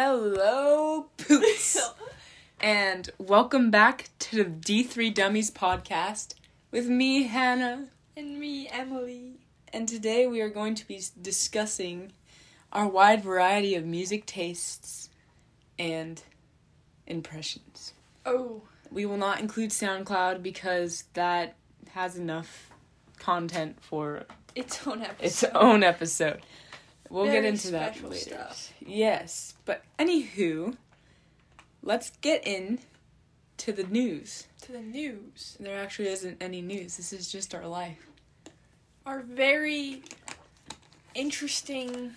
Hello, Poots! and welcome back to the D3 Dummies podcast with me, Hannah. and me, Emily. And today we are going to be s- discussing our wide variety of music tastes and impressions. Oh, We will not include SoundCloud because that has enough content for its own episode. its own episode. We'll get Very into that special later. stuff. Yes, but anywho, let's get in to the news. to the news. There actually isn't any news. This is just our life. Our very interesting.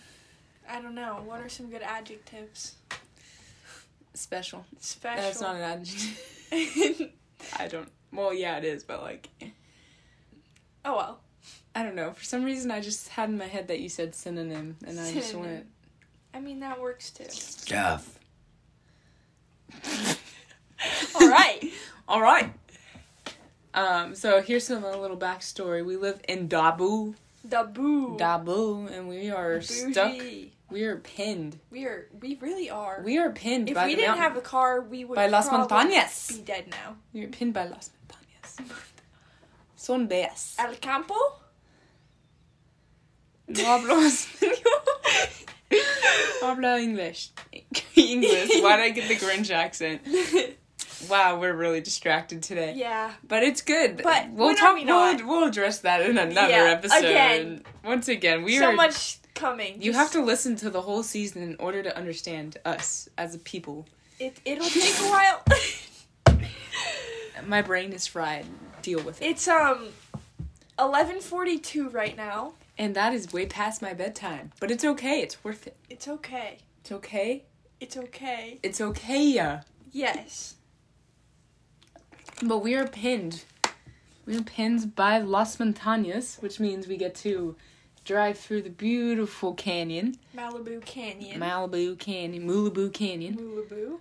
I don't know. What are some good adjectives? Special. Special. That's not an adjective. I don't. Well, yeah, it is, but like, oh well. I don't know. For some reason, I just had in my head that you said synonym, and I just Synonym. went. I mean that works too. Stuff. All right. All right. Um, so here's some a little backstory. We live in Dabu, Daboo. Dabu, and we are Bougie. stuck. We are pinned. We are. We really are. We are pinned if by we the didn't mountain. have a car, we would by Las probably be Montañas. dead now. We are pinned by Las Montañas. Son bellas. El campo. No hablo español. Habla English. English. Why did I get the Grinch accent? Wow, we're really distracted today. yeah. But it's good. But we'll when are talk. we we'll, not? we'll address that in another Yeah, episode. again. Once again, we so are. much coming. you Just- have to listen to the whole season in order to understand us as a people. It, it'll take a while. My brain is fried. Deal with it. it's um, eleven forty-two right now. And that is way past my bedtime. But it's okay. It's worth it. It's okay. It's okay. It's okay. It's okay, yeah. Yes. But we are pinned. We are pinned by Las Montañas, which means we get to drive through the beautiful canyon, Malibu Canyon. Malibu Canyon, Mulaboo Canyon. Malibu.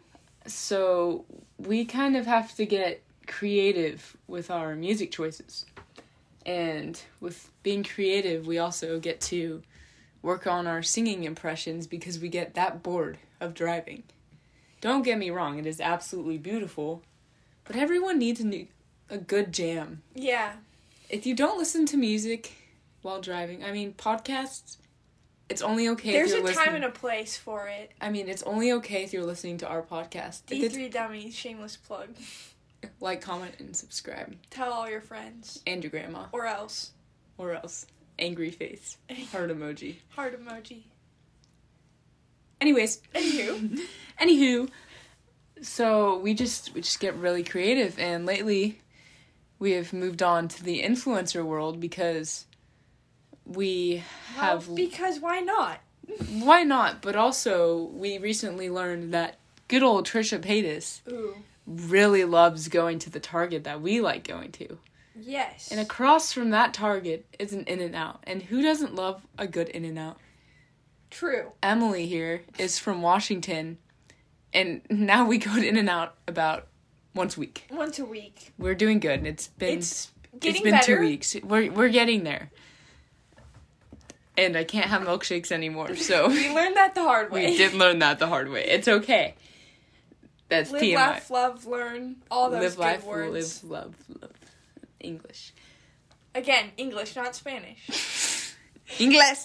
So we kind of have to get creative with our music choices. And with being creative, we also get to work on our singing impressions because we get that bored of driving. Don't get me wrong, it is absolutely beautiful, but everyone needs a, new, a good jam Yeah. if you don't listen to music while driving, I mean podcasts, it's only okay There's if a you're listening. time and a place for it. I mean, it's only okay if you're listening to our podcast. If it's- D3 Dummy, shameless plug. like, comment, and subscribe, Tell all your friends. and your grandma, Or else. or else angry face, heart emoji. Heart emoji. Anyways, Anywho. anywho, so we just we just get really creative, and lately, we have moved on to the influencer world because we have Well, because why not? Why not? But also, we recently learned that good old Trisha Paytas Ooh. really loves going to the Target that we like going to. Yes. And across from that Target is an In N Out. And who doesn't love a good In N Out? True. Emily here is from Washington, and now we go to In N Out about once a week. Once a week. We're doing good. It's been It's getting it's been better. two weeks. We're we're getting there. And I can't have milkshakes anymore, so We learned that the hard way. We did learn that the hard way. It's okay. That's Live, TMI. laugh, love, learn. All those live life, good words. live, love, love. English. Again, English, not Spanish. English.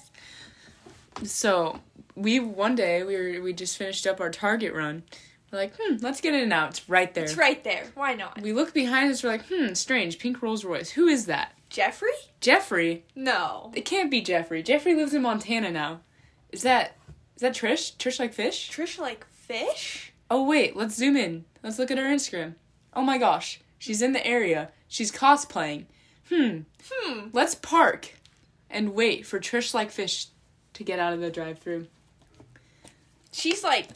So we one day we were we just finished up our Target run. We're like, hmm, let's get it out. It's right there. It's right there. Why not? We look behind us. We're like, hmm, strange. Pink Rolls Royce. Who is that? Jeffrey? Jeffrey. No. It can't be Jeffrey. Jeffrey lives in Montana now. Is that is that Trish? Trish like fish? Trisha like fish? Oh wait, let's zoom in. Let's look at her Instagram. Oh my gosh, she's in the area. She's cosplaying. Hmm. Hmm. Let's park and wait for Trish like fish to get out of the drive-through. She's like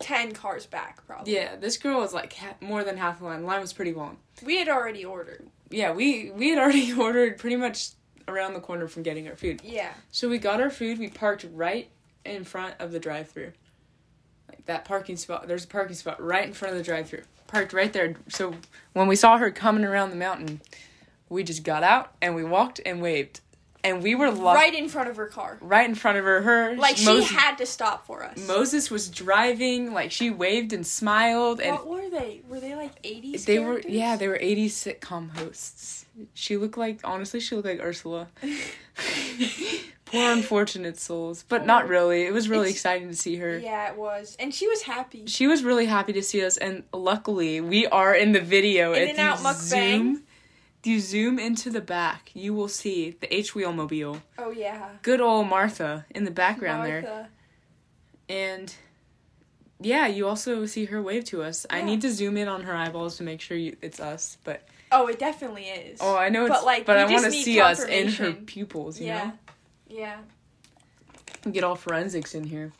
ten cars back, probably. Yeah, this girl was like ha- more than half the line. The line was pretty long. We had already ordered. Yeah, we we had already ordered pretty much around the corner from getting our food. Yeah. So we got our food. We parked right in front of the drive-through. Like that parking spot. There's a parking spot right in front of the drive-through. Parked right there. So when we saw her coming around the mountain, we just got out and we walked and waved. and we were lo- right. right in front of her car. in front of her. Her Like she Moses, had to stop for us. Moses was driving. Like she waved and smiled, and what were they? Were they like eighties? they were yeah they were 80s sitcom hosts. She looked like honestly she looked like Ursula. Poor unfortunate souls, but not really. It was really It's- exciting to see her. yeah, it was, and she was happy. She was really happy to see us, and luckily we are in the video. In If and you out mukbang. zoom, if you zoom into the back, you will see the H wheel mobile. Oh yeah, Good old Martha in the background there, Martha. and yeah, you also see her wave to us. I Yeah. need to zoom in on her eyeballs to make sure you, it's us, but Oh, it definitely is. oh, I know But, it's like, but we I just want to need see us in her confirmation. pupils. You yeah, know. yeah. get all forensics in here.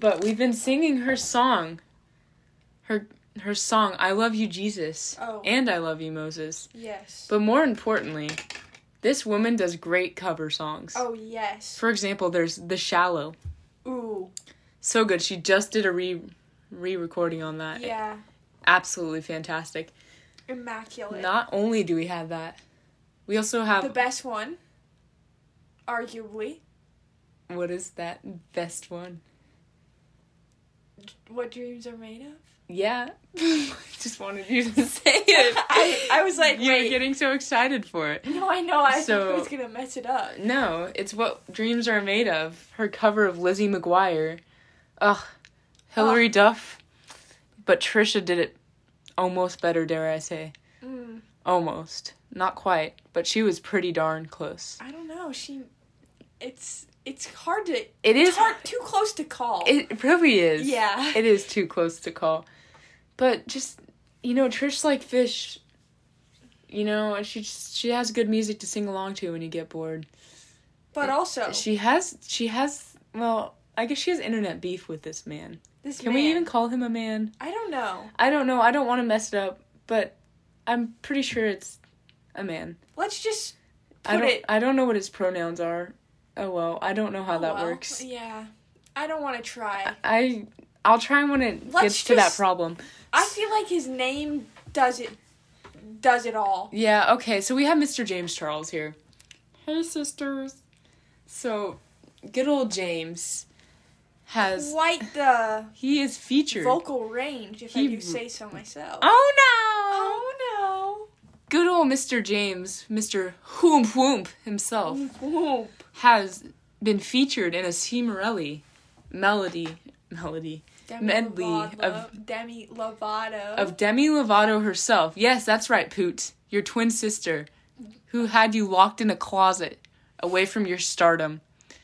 but we've been singing her song. Her her song I love you Jesus Oh. and I love you Moses. Yes. But more importantly, this woman does great cover songs. oh yes. For example, there's The Shallow. Ooh. So good. She just did a re re-recording on that. Yeah. Absolutely fantastic. Immaculate. Not only do we have that, we also the have best one. Arguably. what is that best one? What dreams are made of. Yeah. I just wanted you to say it. I, I was like, you were wait. getting so excited for it. no, I know. I thought So- I was gonna mess it up. No, it's what dreams are made of. Her cover of Lizzie McGuire. Ugh, Hilary Duff. But Trisha did it almost better, dare I say. Mm, Almost. Not quite, but she was pretty darn close. I don't know. She. It's it's hard to. It it's is- hard too close to call. It really is. Yeah. It is too close to call. But just, you know, Trish like fish. You know, she just, she has good music to sing along to when you get bored. but also, She has she has well, I guess she has internet beef with this man. this Can we man- even call him a man? I don't know. I don't know. I don't want to mess it up, but I'm pretty sure it's a man. Let's just put I don't it. I don't know what his pronouns are. Oh well, I don't know how Oh, that well, works. Yeah, I don't want to try. I I'll try when it Let's gets to that just- problem. I feel like his name does it. Does it all? Yeah, okay. So we have Mr. James Charles here. Hey sisters. So, good old James has Quite the he is featured. vocal range, if He- I do say so myself. oh no. Oh good old Mr. James, Mr. Whoomp Whoomp himself, no! Whoop. has been featured in a C. Morelli melody melody Demi Medley Lovato, of- Demi Lovato. of Demi Lovato herself. Yes, that's right, Poot, your twin sister, who had you locked in a closet away from your stardom.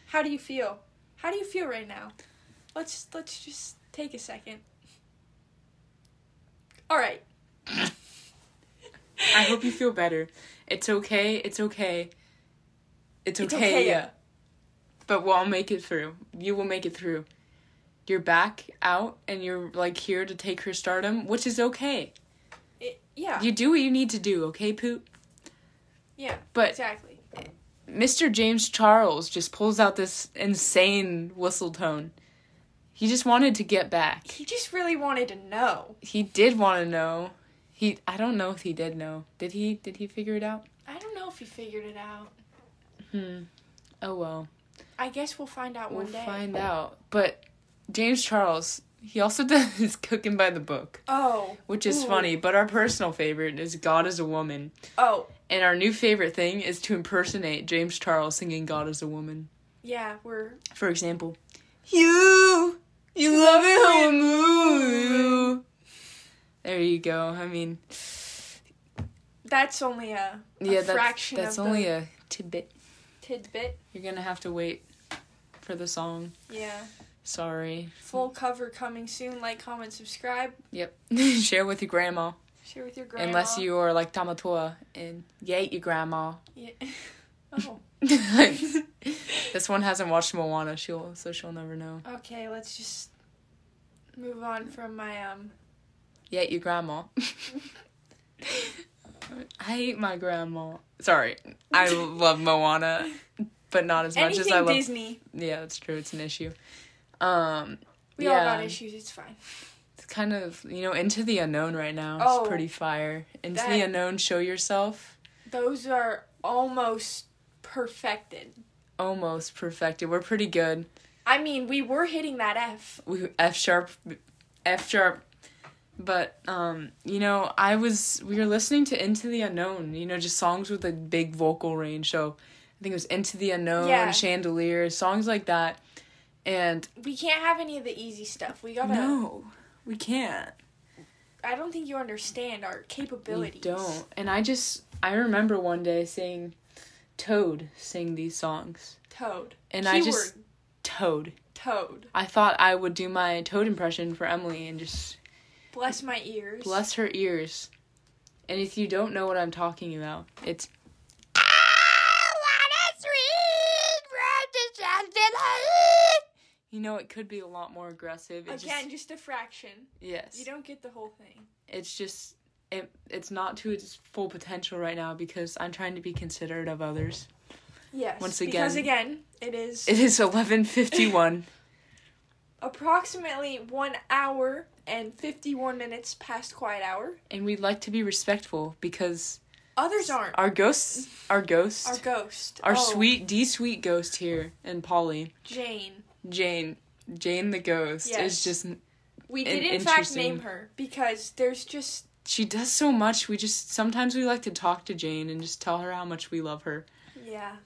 How do you feel? How do you feel right now? Let's let's just take a second. All right. I hope you feel better. It's okay. It's okay. It's okay. It's okay. yeah. But we'll all make it through. You will make it through. You're back out and you're like here to take her stardom, which is okay. It, yeah. You do what you need to do, okay, Poot? yeah. but- exactly. Mr. James Charles just pulls out this insane whistle tone. He just wanted to get back. He just really wanted to know. He did want to know. He I don't know if he did know. Did he did he figure it out? I don't know if he figured it out. Hmm. Oh well. I guess we'll find out We'll one day. find out. But James Charles, he also does his cooking by the book, oh. which is Ooh. funny, but our personal favorite is God is a Woman. Oh. And our new favorite thing is to impersonate James Charles singing God is a Woman. Yeah, we're For example, you, you love it how I move. There you go. I mean, that's only a, a yeah, that's, fraction that's of only the a tidbit. tidbit. You're gonna have to wait for the song. Yeah. Sorry. Full cover coming soon. Like, comment, subscribe. Yep. Share with your grandma. Share with your grandma. Unless you are like Tamatoa and you ate your grandma. Yeah. oh. this one hasn't watched Moana, she'll so she'll never know. Okay, let's just move on from my um. You ate your grandma. I hate my grandma. Sorry, I love Moana, but not as much Anything as I love. Disney. Yeah, that's true. It's an issue. Um, We all yeah, got issues. It's fine. it's kind of you know into the unknown right now. Oh, it's pretty fire. Into that- the unknown, show yourself. Those are almost perfected. almost perfected. We're pretty good. I mean, we were hitting that F. We F sharp, F sharp. But um, you know, I was we were listening to Into the Unknown. You know, just songs with a big vocal range. So I think it was Into the Unknown, Yeah. Chandelier, songs like that. And We can't have any of the easy stuff. We gotta. no, we can't. I don't think you understand our capabilities. You don't. And I just I remember one day seeing Toad sing these songs. Toad. And Keyword, I just Toad. Toad. I thought I would do my Toad impression for Emily and just Bless my ears. bless her ears. And if you don't know what I'm talking about, it's you know it could be a lot more aggressive. It Again, just, just a fraction. yes. You don't get the whole thing. it's just it, it's not to its full potential right now because I'm trying to be considerate of others. Yes. Once Because again, it is It is 11:51. approximately one hour and 51 minutes past quiet hour. and we'd like to be respectful because Others aren't. our ghosts, our ghost, Our our, ghost. Oh, sweet, d sweet ghost here, and Polly, Jane. Jane, Jane the ghost Yes. is just We An did in fact interesting- name her because there's just she does so much. We just sometimes we like to talk to Jane and just tell her how much we love her. yeah.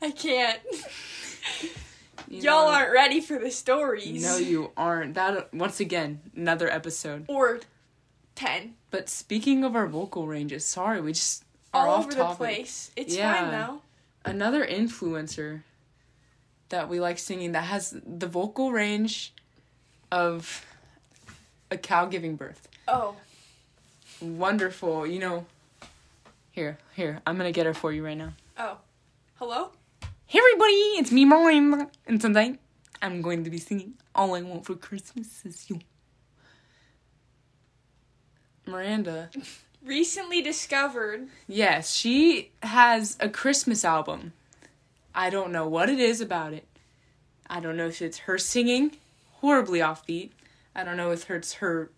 I can't. You Y'all know? aren't ready for the stories. No, you aren't. That once again another episode. or 10 But speaking of our vocal ranges, sorry, we just are all off over the topic. place. It's Yeah. fine though. Another influencer that we like singing that has the vocal range of a cow giving birth. Oh, Wonderful, you know. Here, here, I'm gonna get her for you right now. oh. Hello? Hey everybody, it's me, Maureen, and tonight I'm going to be singing "All I Want for Christmas Is You." Miranda, Recently discovered yes, she has a Christmas album. I don't know what it is about it. I don't know if it's her singing, horribly offbeat. I don't know if it's her,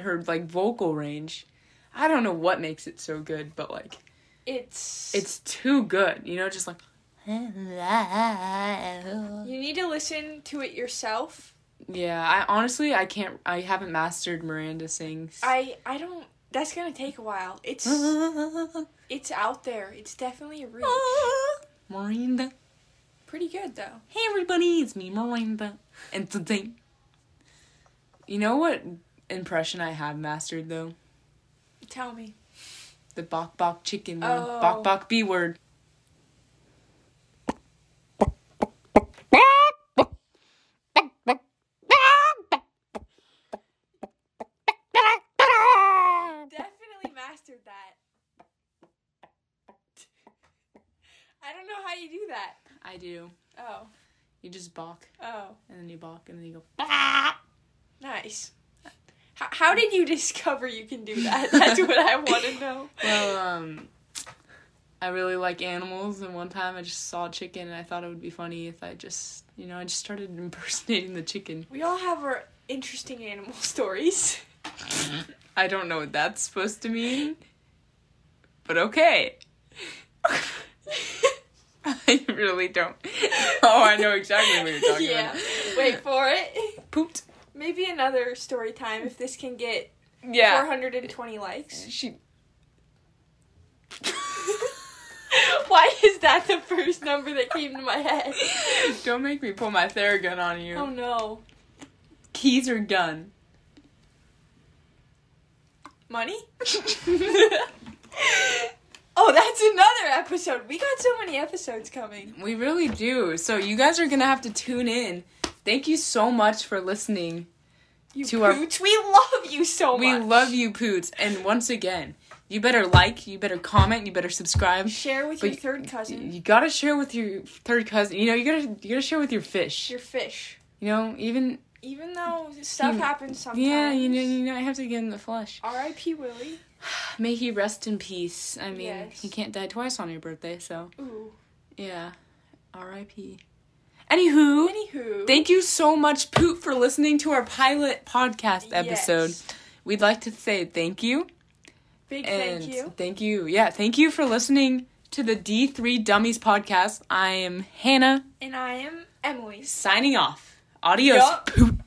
her like vocal range. I don't know what makes it so good, but like it's it's too good. You know, just like you need to listen to it yourself. Yeah, I honestly I can't I haven't mastered Miranda sings. I I don't that's going to take a while. It's Mm-hmm. it's out there. It's definitely a reach. Ah. Miranda. Pretty good though. Hey everybody, it's me Miranda. And today You know what impression I have mastered though? Tell me. The bok bok chicken one. Oh. Bok bok B word. Definitely mastered that. I don't know how you do that. I do. Oh. You just bok Oh. and then you bok and then you go Nice. How, how did you discover you can do that? That's what I want to know. Well, um, I really like animals, and one time I just saw a chicken, and I thought it would be funny if I just, you know, I just started impersonating the chicken. We all have our interesting animal stories. I don't know what that's supposed to mean, but okay. I really don't. Oh, I know exactly what you're talking yeah. about. Wait for it. Pooped. Maybe another story time if this can get Yeah. 420 likes. She. Why is that the first number that came to my head? don't make me pull my Theragun on you. Oh no. Keys or gun? Money? oh, that's another episode. We got so many episodes coming. We really do. So you guys are gonna have to tune in. Thank you so much for listening. You To our- pooch, we love you so We much. love you, Poots. And once again, you better like, you better comment, you better subscribe. Share with But your third cousin You gotta share with your third cousin. You know, you gotta you gotta share with your fish. your fish. You know, even Even though stuff You- happens sometimes. Ah. yeah, you know, you know, I have to get in the flesh. R.I.P. Willie. May he rest in peace. I mean, Yes. he can't die twice on your birthday, so Ooh. yeah. R.I.P. Anywho, Anywho. thank you so much, Poot, for listening to our pilot podcast episode. Yes. We'd like to say thank you. Big and thank you. Thank you. Yeah, thank you for listening to the D3 Dummies podcast. I am Hannah And I am Emily. signing off. Adios, Yup. pooch.